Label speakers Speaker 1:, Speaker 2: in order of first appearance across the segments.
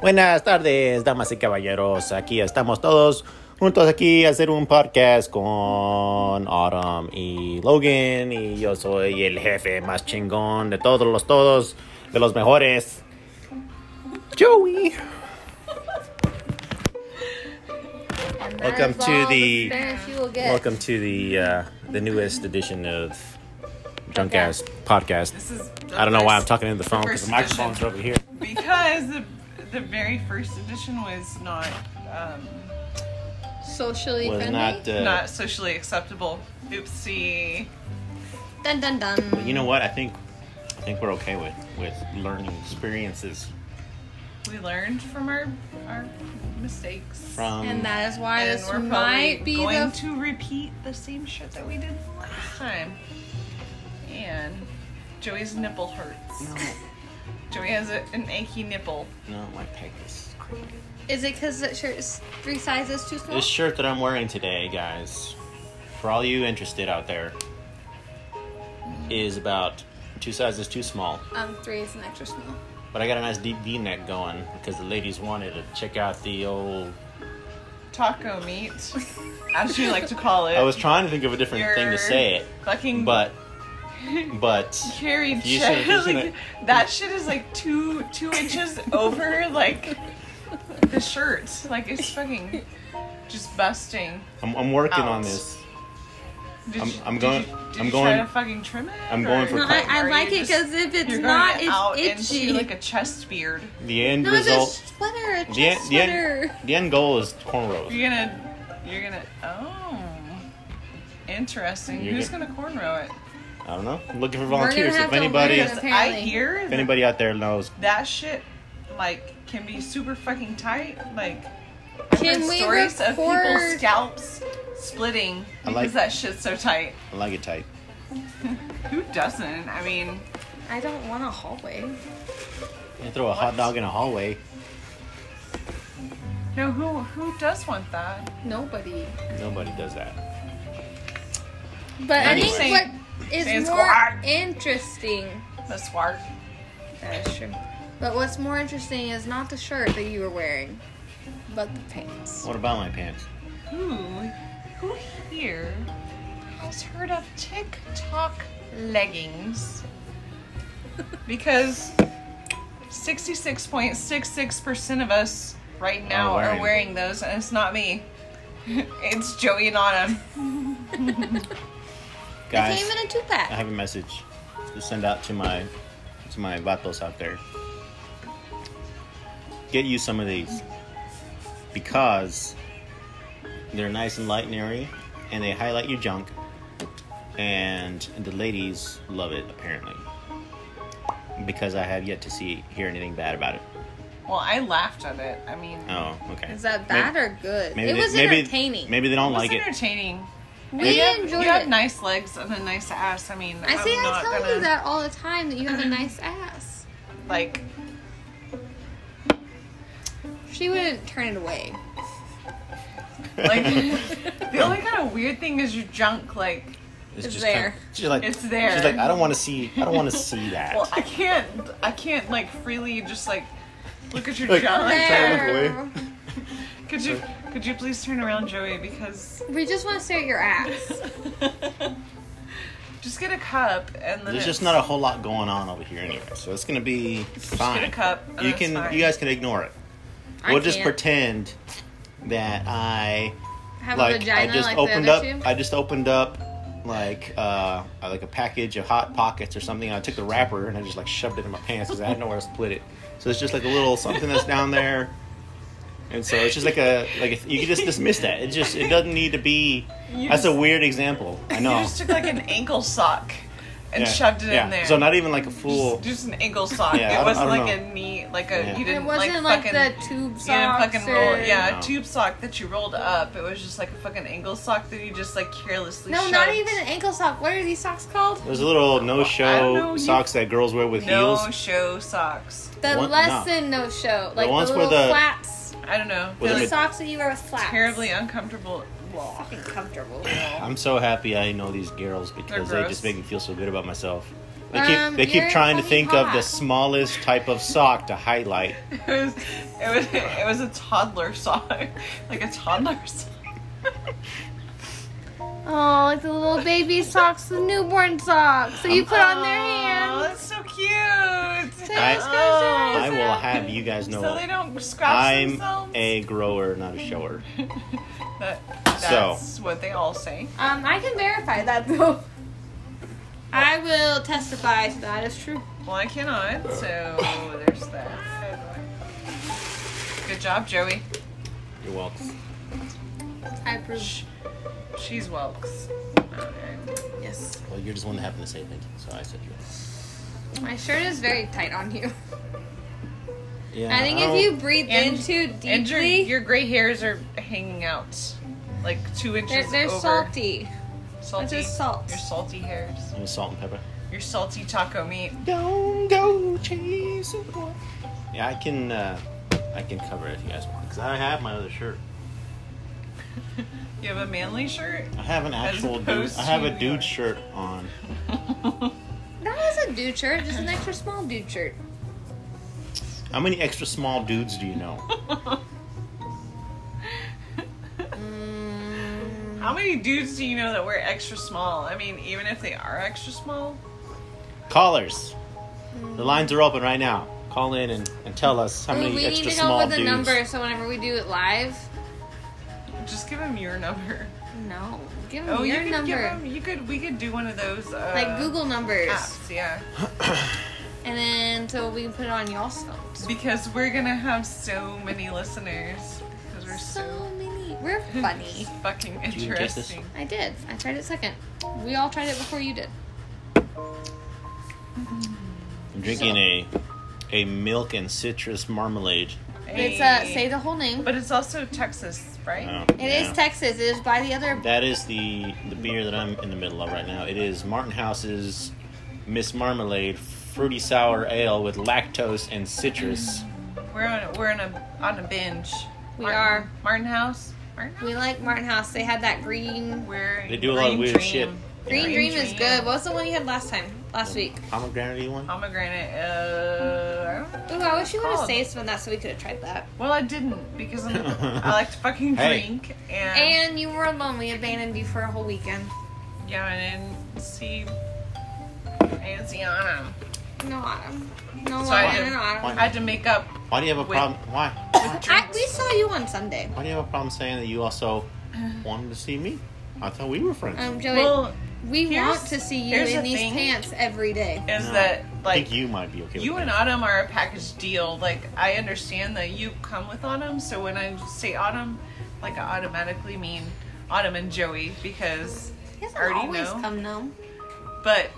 Speaker 1: Buenas tardes, damas y caballeros. Aquí estamos todos juntos aquí a hacer un podcast con Autumn y Logan. Y yo soy el jefe más chingón de todos los todos, de los mejores. Joey.
Speaker 2: And that
Speaker 1: Welcome
Speaker 2: is
Speaker 1: to
Speaker 2: all
Speaker 1: the-
Speaker 2: Spanish you will get.
Speaker 1: Welcome to the uh, the newest edition of Drunk Ass Podcast.
Speaker 3: This is.
Speaker 1: I don't know why I'm talking into the phone because the
Speaker 3: First
Speaker 1: microphone's
Speaker 3: edition.
Speaker 1: over here.
Speaker 3: Because the, the very first edition was not um,
Speaker 2: Socially
Speaker 1: Was
Speaker 2: friendly.
Speaker 1: not. Uh,
Speaker 3: not socially acceptable. Oopsie.
Speaker 2: dun dun dun.
Speaker 1: you know what? I think I think we're okay with with learning experiences
Speaker 3: We learned from our our mistakes.
Speaker 1: from.
Speaker 2: and that is why
Speaker 3: and
Speaker 2: this
Speaker 3: we're probably
Speaker 2: might be
Speaker 3: going
Speaker 2: the
Speaker 3: to repeat the same shit that we did last time. And Joey's nipple hurts.
Speaker 1: No,
Speaker 3: Joey has a, an achy nipple.
Speaker 1: no, my peg is crazy.
Speaker 2: Is it because that shirt is three sizes too small?
Speaker 1: This shirt that I'm wearing today, guys, for all you interested out there, is about two sizes too small.
Speaker 2: um, three is an extra small.
Speaker 1: But I got a nice deep V-neck going because the ladies wanted to check out the old.
Speaker 3: Taco meat, as you like to call it.
Speaker 1: I was trying to think of a different thing to
Speaker 3: Your
Speaker 1: say it,
Speaker 3: Fucking
Speaker 1: but but
Speaker 3: carried
Speaker 1: You
Speaker 3: shit.
Speaker 1: should- you should-
Speaker 3: like, that shit is like two two inches over like the shirt. Like it's fucking just busting.
Speaker 1: I'm, I'm working on
Speaker 3: Out.
Speaker 1: this.
Speaker 3: Did
Speaker 1: I'm-
Speaker 3: you-
Speaker 1: I'm
Speaker 3: did
Speaker 1: going-
Speaker 3: you- did
Speaker 1: I'm
Speaker 3: you
Speaker 1: going-
Speaker 3: Try to fucking trim it.
Speaker 1: I'm going for
Speaker 2: No,
Speaker 1: Or
Speaker 2: I, I
Speaker 3: Are you
Speaker 2: like it
Speaker 3: just-
Speaker 2: because if it's
Speaker 3: you're
Speaker 2: not,
Speaker 3: going out
Speaker 2: it's itchy.
Speaker 3: into like a chest beard.
Speaker 1: The end
Speaker 2: no, it's a
Speaker 1: result.
Speaker 2: sweater, a
Speaker 1: The end,
Speaker 2: chest
Speaker 1: the, end,
Speaker 2: sweater.
Speaker 1: the end goal is cornrows.
Speaker 3: You're gonna. You're gonna. Oh. Interesting.
Speaker 1: You're
Speaker 3: Who's
Speaker 1: gonna-
Speaker 3: gonna cornrow it?
Speaker 1: I don't know. I'm looking for
Speaker 2: gonna
Speaker 1: volunteers.
Speaker 2: have
Speaker 1: If
Speaker 2: to
Speaker 1: anybody,
Speaker 2: learn
Speaker 1: if
Speaker 2: it.
Speaker 3: Because I
Speaker 2: Apparently.
Speaker 3: hear that-
Speaker 1: anybody out there knows,
Speaker 3: that shit like can be super fucking tight. Like I've
Speaker 2: Can
Speaker 3: heard
Speaker 2: we
Speaker 3: stories of people's
Speaker 2: record-
Speaker 3: scalps splitting
Speaker 1: I
Speaker 3: because
Speaker 1: like-
Speaker 3: that shit's so tight.
Speaker 1: I like it tight.
Speaker 3: Who doesn't? I mean,
Speaker 2: I don't want a hallway.
Speaker 1: You throw a hot
Speaker 3: What?
Speaker 1: dog in a hallway.
Speaker 3: no, who who does want that?
Speaker 2: Nobody.
Speaker 1: Nobody does that.
Speaker 2: But I
Speaker 1: Anyway.
Speaker 2: think
Speaker 3: Say-
Speaker 2: what is
Speaker 3: say it's
Speaker 2: more
Speaker 3: squat.
Speaker 2: interesting.
Speaker 3: The swart.
Speaker 2: That is true. But what's more interesting is not the shirt that you were wearing, but the pants.
Speaker 1: What about my pants?
Speaker 3: Who who here has heard of TikTok leggings? Because sixty-six point six six percent of us right now
Speaker 1: Are wearing-
Speaker 3: are wearing those, and it's not me. It's Joey and Autumn.
Speaker 1: Guys,
Speaker 2: They came in a two
Speaker 1: I
Speaker 2: pack.
Speaker 1: have a message to send out to my to my vatos out there. Get you some of these because they're nice and light and airy, and they highlight your junk, and the ladies love it apparently. Because I have yet to see hear anything bad about it.
Speaker 3: Well, I laughed at it. I mean,
Speaker 1: Oh, okay.
Speaker 2: Is that bad or good?
Speaker 1: Maybe
Speaker 2: it
Speaker 1: they-
Speaker 2: was
Speaker 1: maybe-
Speaker 2: entertaining.
Speaker 1: Maybe they don't
Speaker 3: it was
Speaker 1: like it.
Speaker 3: entertaining.
Speaker 2: we
Speaker 3: you have,
Speaker 2: enjoyed
Speaker 3: you have
Speaker 2: it.
Speaker 3: nice legs and a nice ass. I mean,
Speaker 2: I see.
Speaker 3: I'm
Speaker 2: I
Speaker 3: not
Speaker 2: tell
Speaker 3: gonna,
Speaker 2: you that all the time that you have a nice ass.
Speaker 3: Like,
Speaker 2: She wouldn't turn it away.
Speaker 3: like the only kind of weird thing is your junk. Like,
Speaker 1: It's
Speaker 2: It's
Speaker 1: just kinda-
Speaker 2: there.
Speaker 1: she's like,
Speaker 3: It's there.
Speaker 1: She's like, I don't want to see. I don't want to see that.
Speaker 3: well, I can't, I can't like freely just like look at your
Speaker 1: Like-
Speaker 3: junk.
Speaker 1: Turn it
Speaker 2: There.
Speaker 3: Could you, could you please turn around, Joey? Because
Speaker 2: We just want to stare at your ass.
Speaker 3: just get a cup and then
Speaker 1: There's
Speaker 3: it's-
Speaker 1: just not a whole lot going on over here anyway, so it's gonna be fine.
Speaker 3: get a cup, and
Speaker 1: you
Speaker 3: it's
Speaker 1: can,
Speaker 3: fine.
Speaker 1: you guys can ignore it.
Speaker 2: I
Speaker 1: we'll just
Speaker 2: can't
Speaker 1: pretend that I
Speaker 2: have a
Speaker 1: like
Speaker 2: vagina
Speaker 1: I just
Speaker 2: like
Speaker 1: opened
Speaker 2: the
Speaker 1: up.
Speaker 2: other two.
Speaker 1: I just opened up like uh like a package of hot pockets or something. And I took the wrapper and I just like shoved it in my pants because I had nowhere else to put it. So it's just like a little something that's down there. And so it's just like a like a, you can just dismiss that. It just it doesn't need to be.
Speaker 3: You
Speaker 1: that's a
Speaker 3: just-
Speaker 1: weird example. I know.
Speaker 3: You just took like an ankle sock and
Speaker 1: Yeah,
Speaker 3: shoved it
Speaker 1: yeah.
Speaker 3: in there.
Speaker 1: So not even like a full.
Speaker 3: Just, just an ankle sock.
Speaker 1: Yeah, I
Speaker 3: it
Speaker 1: don't-
Speaker 3: wasn't
Speaker 1: I don't
Speaker 3: like
Speaker 1: know.
Speaker 3: a knee, like a
Speaker 1: Yeah.
Speaker 3: you
Speaker 2: it
Speaker 3: didn't
Speaker 2: wasn't
Speaker 3: like
Speaker 2: like,
Speaker 3: fucking.
Speaker 2: the tube socks.
Speaker 3: you didn't fucking roll,
Speaker 2: or-
Speaker 3: yeah,
Speaker 1: No.
Speaker 3: a tube sock that you rolled up. It was just like a fucking ankle sock that you just like carelessly.
Speaker 2: No,
Speaker 3: shoved.
Speaker 2: not even an ankle sock. What are these socks called?
Speaker 1: There's a little
Speaker 3: I don't know,
Speaker 1: no-show
Speaker 3: you-
Speaker 1: socks that girls wear with
Speaker 3: no
Speaker 1: heels.
Speaker 3: show socks.
Speaker 2: The
Speaker 1: One-
Speaker 2: less
Speaker 1: no.
Speaker 2: than no show, like the,
Speaker 1: ones where
Speaker 2: little
Speaker 1: the-
Speaker 2: flats,
Speaker 3: I don't know.
Speaker 1: With
Speaker 3: They're
Speaker 1: a
Speaker 2: the
Speaker 1: mid-
Speaker 3: like
Speaker 2: socks that you wear with flats.
Speaker 3: terribly uncomfortable.
Speaker 2: fucking comfortable.
Speaker 1: I'm so happy I know these girls because they
Speaker 3: gross.
Speaker 1: just make me feel so good about myself. They keep
Speaker 2: Um,
Speaker 1: they keep
Speaker 2: you're
Speaker 1: trying to
Speaker 2: fucking
Speaker 1: think of the
Speaker 2: hot.
Speaker 1: smallest type of sock to highlight.
Speaker 3: It was, it was, it was a toddler sock, like a toddler sock.
Speaker 2: Oh, like the little baby socks, the newborn socks that you put on their
Speaker 3: Oh,
Speaker 2: hand.
Speaker 3: that's so cute.
Speaker 2: So
Speaker 1: I-
Speaker 2: it just goes down.
Speaker 1: I will have you guys
Speaker 3: so
Speaker 1: know
Speaker 3: they don't scratch
Speaker 1: I'm
Speaker 3: themselves.
Speaker 1: a grower, not a shower.
Speaker 3: That,
Speaker 1: So.
Speaker 3: that's what they all say.
Speaker 2: Um, I can verify that though. I will testify to that as true.
Speaker 3: Well, I cannot, so there's that. Good job, Joey.
Speaker 1: You're welcome.
Speaker 2: I approve.
Speaker 3: She's Welks.
Speaker 2: Yes.
Speaker 1: Well, you're just one that happened to say thank you, so I said you.
Speaker 2: My shirt is very tight on you.
Speaker 1: Yeah.
Speaker 2: I think
Speaker 1: don't-
Speaker 2: if you breathe
Speaker 3: Oh. And-
Speaker 2: in too deeply,
Speaker 3: And your, your gray hairs are hanging out, like two inches
Speaker 2: they're, they're
Speaker 3: over.
Speaker 2: salty.
Speaker 3: Salty.
Speaker 2: just salt.
Speaker 3: Your salty hairs.
Speaker 1: It was salt and pepper.
Speaker 3: Your salty taco meat.
Speaker 1: Don't go chasing boy. Yeah, I can uh, I can cover it if you guys want, cause I have my other shirt.
Speaker 3: You have a manly shirt.
Speaker 1: I have an
Speaker 3: As
Speaker 1: actual dude.
Speaker 3: opposed
Speaker 1: I have
Speaker 3: to
Speaker 1: a dude
Speaker 3: yours.
Speaker 1: shirt on.
Speaker 2: That is a dude shirt, just an extra small dude shirt.
Speaker 1: How many extra small dudes do you know?
Speaker 2: Mm.
Speaker 3: How many dudes do you know that wear extra small? I mean, even if they are extra small,
Speaker 1: Callers, the lines are open right now. Call in and, and tell us how
Speaker 2: Ooh,
Speaker 1: many
Speaker 2: we need
Speaker 1: extra
Speaker 2: to go
Speaker 1: small
Speaker 2: with a
Speaker 1: dudes.
Speaker 2: number so whenever we do it live,
Speaker 3: just give them your number.
Speaker 2: no, give them
Speaker 3: Oh, you
Speaker 2: your
Speaker 3: could
Speaker 2: number,
Speaker 3: give them. You could. We could do one of those. Uh,
Speaker 2: like Google numbers,
Speaker 3: apps, yeah.
Speaker 2: and then so we can put it on y'all's phones.
Speaker 3: Because we're gonna have so many listeners. Because we're
Speaker 2: So
Speaker 3: so,
Speaker 2: many. We're funny.
Speaker 3: fucking
Speaker 1: you get this?
Speaker 3: interesting.
Speaker 2: I did. I tried it second. We all tried it before you did.
Speaker 1: I'm drinking a a milk and citrus marmalade.
Speaker 2: It's uh,
Speaker 3: Hey.
Speaker 2: say the whole name.
Speaker 3: But it's also Texas, right?
Speaker 1: Oh,
Speaker 2: It is Texas. It is by the other.
Speaker 1: That is the the beer that I'm in the middle of right now. It is Martin House's Miss Marmalade fruity sour ale with lactose and citrus.
Speaker 3: We're on. We're on a on a binge.
Speaker 2: We
Speaker 3: Martin-
Speaker 2: are.
Speaker 3: Martin House. Martin. House?
Speaker 2: We like Martin House. They had that green.
Speaker 3: We're
Speaker 1: They do a lot of
Speaker 3: Green
Speaker 1: weird
Speaker 3: Dream.
Speaker 1: shit.
Speaker 2: Green
Speaker 3: Green
Speaker 2: Dream is
Speaker 3: Dream.
Speaker 2: good. What was the one you had last time? Last week.
Speaker 1: Pomegranate one.
Speaker 3: Oh, Pomegranate. Uh, I don't know.
Speaker 2: Ooh, I wish you would have
Speaker 3: called?
Speaker 2: saved some of that so we could have tried that.
Speaker 3: Well, I didn't because I'm, I like to fucking
Speaker 1: Hey.
Speaker 3: drink and,
Speaker 2: And you were alone. We abandoned you for a whole weekend.
Speaker 3: yeah, I didn't see. I didn't see Anna.
Speaker 2: No autumn. No
Speaker 3: So I
Speaker 2: autumn.
Speaker 3: didn't-
Speaker 2: No
Speaker 1: Why
Speaker 2: autumn.
Speaker 1: not?
Speaker 3: I had to make up.
Speaker 1: Why do you have a
Speaker 3: Wait.
Speaker 1: problem? Why?
Speaker 2: I, we saw you on Sunday.
Speaker 1: Why do you have a problem saying that you also wanted to see me? I thought we were friends.
Speaker 2: Um, Joey,
Speaker 3: Well,
Speaker 2: we
Speaker 3: here's-
Speaker 2: want to see you
Speaker 3: here's
Speaker 2: in
Speaker 3: the
Speaker 2: these
Speaker 3: thing.
Speaker 2: pants every day.
Speaker 3: is
Speaker 1: No,
Speaker 3: that
Speaker 1: I
Speaker 3: like
Speaker 1: think you might be okay.
Speaker 3: You
Speaker 1: with
Speaker 3: and
Speaker 1: that.
Speaker 3: Autumn are a package deal. Like I understand that you come with Autumn, so when I say Autumn, like I automatically mean Autumn and Joey because
Speaker 2: He doesn't
Speaker 3: already
Speaker 2: always
Speaker 3: know.
Speaker 2: come no.
Speaker 3: but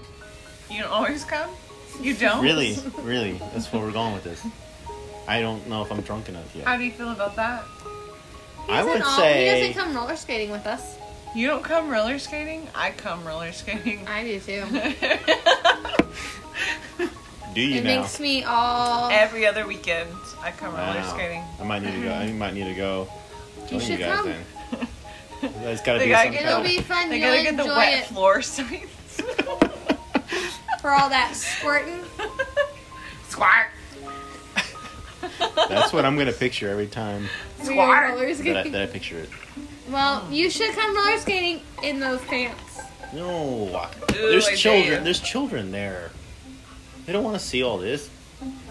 Speaker 3: you don't always come. You don't?
Speaker 1: Really, really, that's where we're going with this. I don't know if I'm drunk enough yet.
Speaker 3: How do you feel about that?
Speaker 2: He
Speaker 1: I
Speaker 2: doesn't
Speaker 1: would
Speaker 2: al-
Speaker 1: say
Speaker 2: he doesn't come roller skating with us.
Speaker 3: You don't come roller skating? I come roller skating.
Speaker 2: I do too.
Speaker 1: do you
Speaker 2: it
Speaker 1: now?
Speaker 2: makes me all.
Speaker 3: Every other weekend I come roller
Speaker 1: Wow.
Speaker 3: skating.
Speaker 1: I might need to go. I might need to go. join
Speaker 2: should
Speaker 1: guys
Speaker 2: come.
Speaker 1: then. There's gotta
Speaker 3: They
Speaker 1: be
Speaker 3: gotta
Speaker 1: some
Speaker 3: get
Speaker 1: kind
Speaker 2: It'll
Speaker 1: of-
Speaker 2: be fun.
Speaker 3: They
Speaker 2: You'll
Speaker 3: gotta get
Speaker 2: enjoy
Speaker 3: the wet
Speaker 2: it
Speaker 3: floor signs.
Speaker 2: for all that squirting.
Speaker 3: Squawk.
Speaker 1: That's what I'm gonna picture every time
Speaker 2: We were
Speaker 3: Squirt.
Speaker 2: roller
Speaker 1: that I,
Speaker 2: skating.
Speaker 1: that I picture it.
Speaker 2: Well, you should come roller skating in those pants.
Speaker 1: No,
Speaker 3: Ooh,
Speaker 1: there's
Speaker 3: I
Speaker 1: children.
Speaker 3: see.
Speaker 1: There's children there. They don't want to see all this.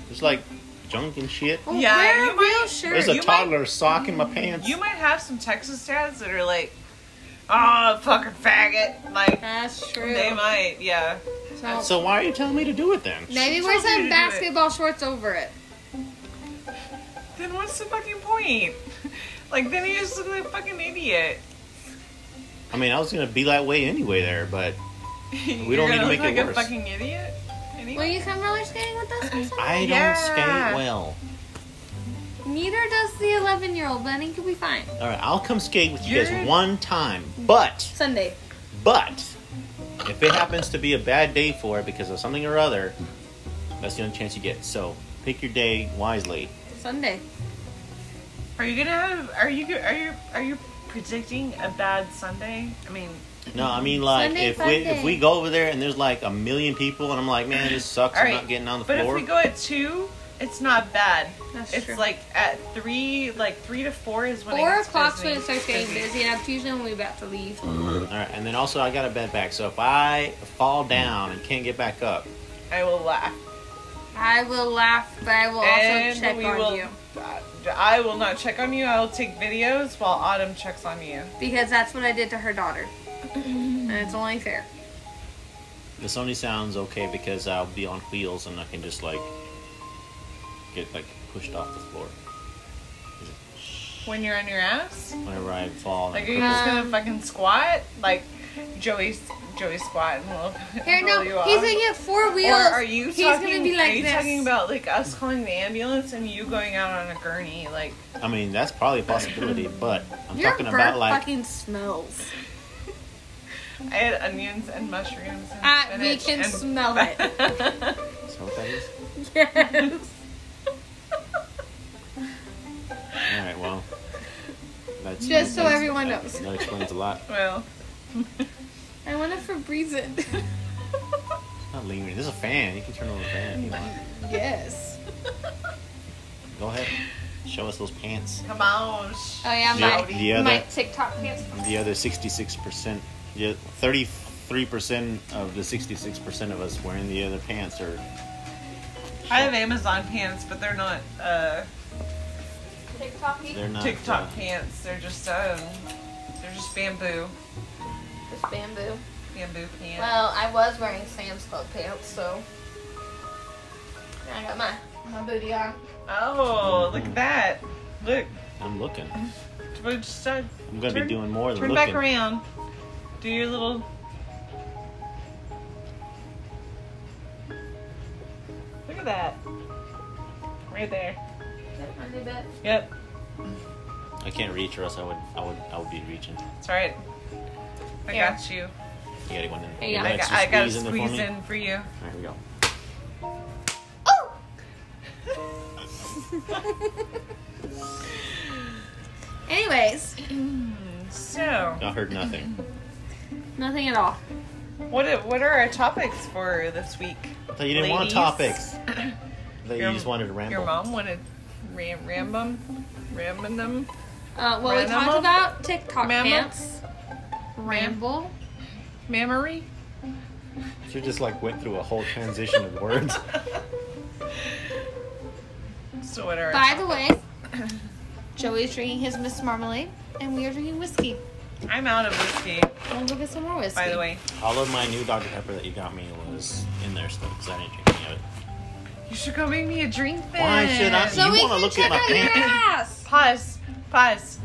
Speaker 1: There's like junk and shit.
Speaker 2: Well, Oh,
Speaker 3: Yeah,
Speaker 2: wear
Speaker 3: you
Speaker 2: a
Speaker 3: might-
Speaker 2: real
Speaker 1: There's
Speaker 2: shirt.
Speaker 1: a
Speaker 3: you might-
Speaker 1: toddler sock in my pants.
Speaker 3: You might have some Texas dads that are like, oh, fucking faggot. Like,
Speaker 2: That's true.
Speaker 3: they might, yeah.
Speaker 2: So,
Speaker 1: so why are you telling me to do it then?
Speaker 2: maybe
Speaker 3: She
Speaker 2: wear
Speaker 3: told you to
Speaker 2: some
Speaker 3: do it.
Speaker 2: basketball shorts over it.
Speaker 3: Then what's the fucking point? Like, then you just look like a fucking idiot.
Speaker 1: I mean, I was gonna be that way anyway there, but
Speaker 3: We
Speaker 1: don't
Speaker 3: You're
Speaker 1: need to
Speaker 3: gonna
Speaker 1: make
Speaker 3: look
Speaker 1: it
Speaker 3: like
Speaker 1: worse.
Speaker 3: a fucking idiot.
Speaker 2: Will
Speaker 3: Anyway.
Speaker 2: you come roller skating with us? or something?
Speaker 1: I
Speaker 3: Yeah.
Speaker 1: don't skate well.
Speaker 2: Neither does the 11 year old, but I think you'll be fine.
Speaker 1: All right, I'll come skate with you
Speaker 3: You're-
Speaker 1: guys one time, but
Speaker 2: Sunday.
Speaker 1: but if it happens to be a bad day for it because of something or other, that's the only chance you get. So pick your day wisely.
Speaker 2: Sunday.
Speaker 3: Are you gonna have? Are you? go- Are you? Are you predicting a bad Sunday? I mean,
Speaker 1: No, I mean like
Speaker 2: Sunday,
Speaker 1: if we if
Speaker 2: Sunday.
Speaker 1: we go over there and there's like a million people and I'm like, man, this sucks.
Speaker 3: All
Speaker 1: I'm
Speaker 3: right,
Speaker 1: not getting on the
Speaker 3: but
Speaker 1: floor.
Speaker 3: if we go at two, it's not bad.
Speaker 2: That's
Speaker 3: it's
Speaker 2: true.
Speaker 3: like at three, like three to four is when
Speaker 2: Four
Speaker 3: it gets
Speaker 2: o'clock's
Speaker 3: busy.
Speaker 2: when it starts getting busy, and that's usually when we're about to leave.
Speaker 1: All right, and then also I got a bed back. So if I fall down and can't get back up,
Speaker 3: I will laugh.
Speaker 2: I will laugh, but I will also
Speaker 3: and
Speaker 2: check
Speaker 3: we
Speaker 2: on
Speaker 3: will.
Speaker 2: you
Speaker 3: uh, I will not check on you. I will take videos while Autumn checks on you.
Speaker 2: because that's what I did to her daughter, and it's only fair.
Speaker 1: this only sounds okay because I'll be on wheels and I can just like get like pushed off the floor
Speaker 3: When you're on your ass,
Speaker 1: whenever I fall.
Speaker 3: like are you
Speaker 1: and
Speaker 3: just gonna
Speaker 2: Um,
Speaker 3: fucking squat like Joey's Joey squat and we'll
Speaker 2: Here, no,
Speaker 3: roll you
Speaker 2: he's
Speaker 3: off?
Speaker 2: gonna get four
Speaker 3: Or
Speaker 2: wheels.
Speaker 3: are you
Speaker 2: He's
Speaker 3: talking?
Speaker 2: gonna be like
Speaker 3: are you
Speaker 2: this.
Speaker 3: talking about like us calling the ambulance and you going out on a gurney? Like
Speaker 1: I mean, that's probably a possibility, but I'm
Speaker 2: Your
Speaker 1: talking
Speaker 2: burp
Speaker 1: about like
Speaker 2: fucking smells.
Speaker 3: I had onions and mushrooms. And
Speaker 2: Ah, we
Speaker 3: spinach
Speaker 2: can
Speaker 3: and-
Speaker 2: smell it.
Speaker 1: is that what that is?
Speaker 2: Yes.
Speaker 1: All right, well, that's
Speaker 2: Just so
Speaker 1: that's-
Speaker 2: everyone
Speaker 1: that-
Speaker 2: knows.
Speaker 1: That explains a lot.
Speaker 3: well,
Speaker 2: I want to Febreze it.
Speaker 1: It's not lingering. This is a fan. You can turn on the fan if you want.
Speaker 2: yes.
Speaker 1: Go ahead. Show us those pants.
Speaker 3: come on.
Speaker 2: Oh yeah,
Speaker 1: Yeah,
Speaker 2: my
Speaker 1: the other-
Speaker 2: my TikTok pants.
Speaker 1: The other 66%, the 33% of the 66% of us wearing the other pants are.
Speaker 3: I have Amazon pants, but they're not uh,
Speaker 2: TikTok.
Speaker 1: They're not.
Speaker 3: TikTok
Speaker 1: uh,
Speaker 3: pants. They're just um, they're just bamboo,
Speaker 2: It's bamboo.
Speaker 3: bamboo pants.
Speaker 2: Well, I was wearing Sam's Club pants, so I got my my booty on.
Speaker 3: oh,
Speaker 1: Mm-hmm.
Speaker 3: look at that! Look,
Speaker 1: I'm looking.
Speaker 3: what I just said.
Speaker 1: I'm gonna
Speaker 3: Turn-
Speaker 1: be doing more than
Speaker 3: Turn
Speaker 1: looking.
Speaker 3: back around. Do your little. Look at that. Right there.
Speaker 2: That's my new bed.
Speaker 3: Yep.
Speaker 1: I can't reach, or else I would, I would, I would be reaching.
Speaker 3: It's alright. I
Speaker 2: Here.
Speaker 3: got you.
Speaker 1: You gotta go in. there.
Speaker 2: Hey,
Speaker 1: You
Speaker 2: I
Speaker 1: gotta
Speaker 3: I got, I got to
Speaker 1: there for
Speaker 3: squeeze
Speaker 1: me?
Speaker 3: in for you.
Speaker 1: All right, here we go.
Speaker 2: Oh! Anyways,
Speaker 3: So,
Speaker 1: I heard nothing.
Speaker 2: nothing at all.
Speaker 3: what are- what are our topics for this week?
Speaker 1: I thought you didn't want
Speaker 3: Ladies.
Speaker 1: topics. That you
Speaker 3: Your-
Speaker 1: just wanted to ramble.
Speaker 3: Your mom wanted ram rambum, rambum them.
Speaker 2: Uh, well, we
Speaker 3: Ramble?
Speaker 2: talked about TikTok
Speaker 3: Mammal?
Speaker 2: pants. Ramble.
Speaker 3: Mammary?
Speaker 1: She just like went through a whole transition of words.
Speaker 3: So what are
Speaker 2: By the way, Joey's drinking his Miss Marmalade, and we are drinking whiskey.
Speaker 3: I'm out of whiskey,
Speaker 2: We'll go get some more whiskey.
Speaker 3: by the way.
Speaker 1: All of my new Dr. Pepper that you got me was in there still because I didn't drink any of it.
Speaker 3: You should go make me a drink then.
Speaker 1: Why should I-
Speaker 2: so
Speaker 1: You
Speaker 2: we
Speaker 1: wanna
Speaker 2: can
Speaker 1: look at
Speaker 2: check
Speaker 1: my
Speaker 2: out your
Speaker 1: pants?
Speaker 2: ass.
Speaker 3: Pause. Pause.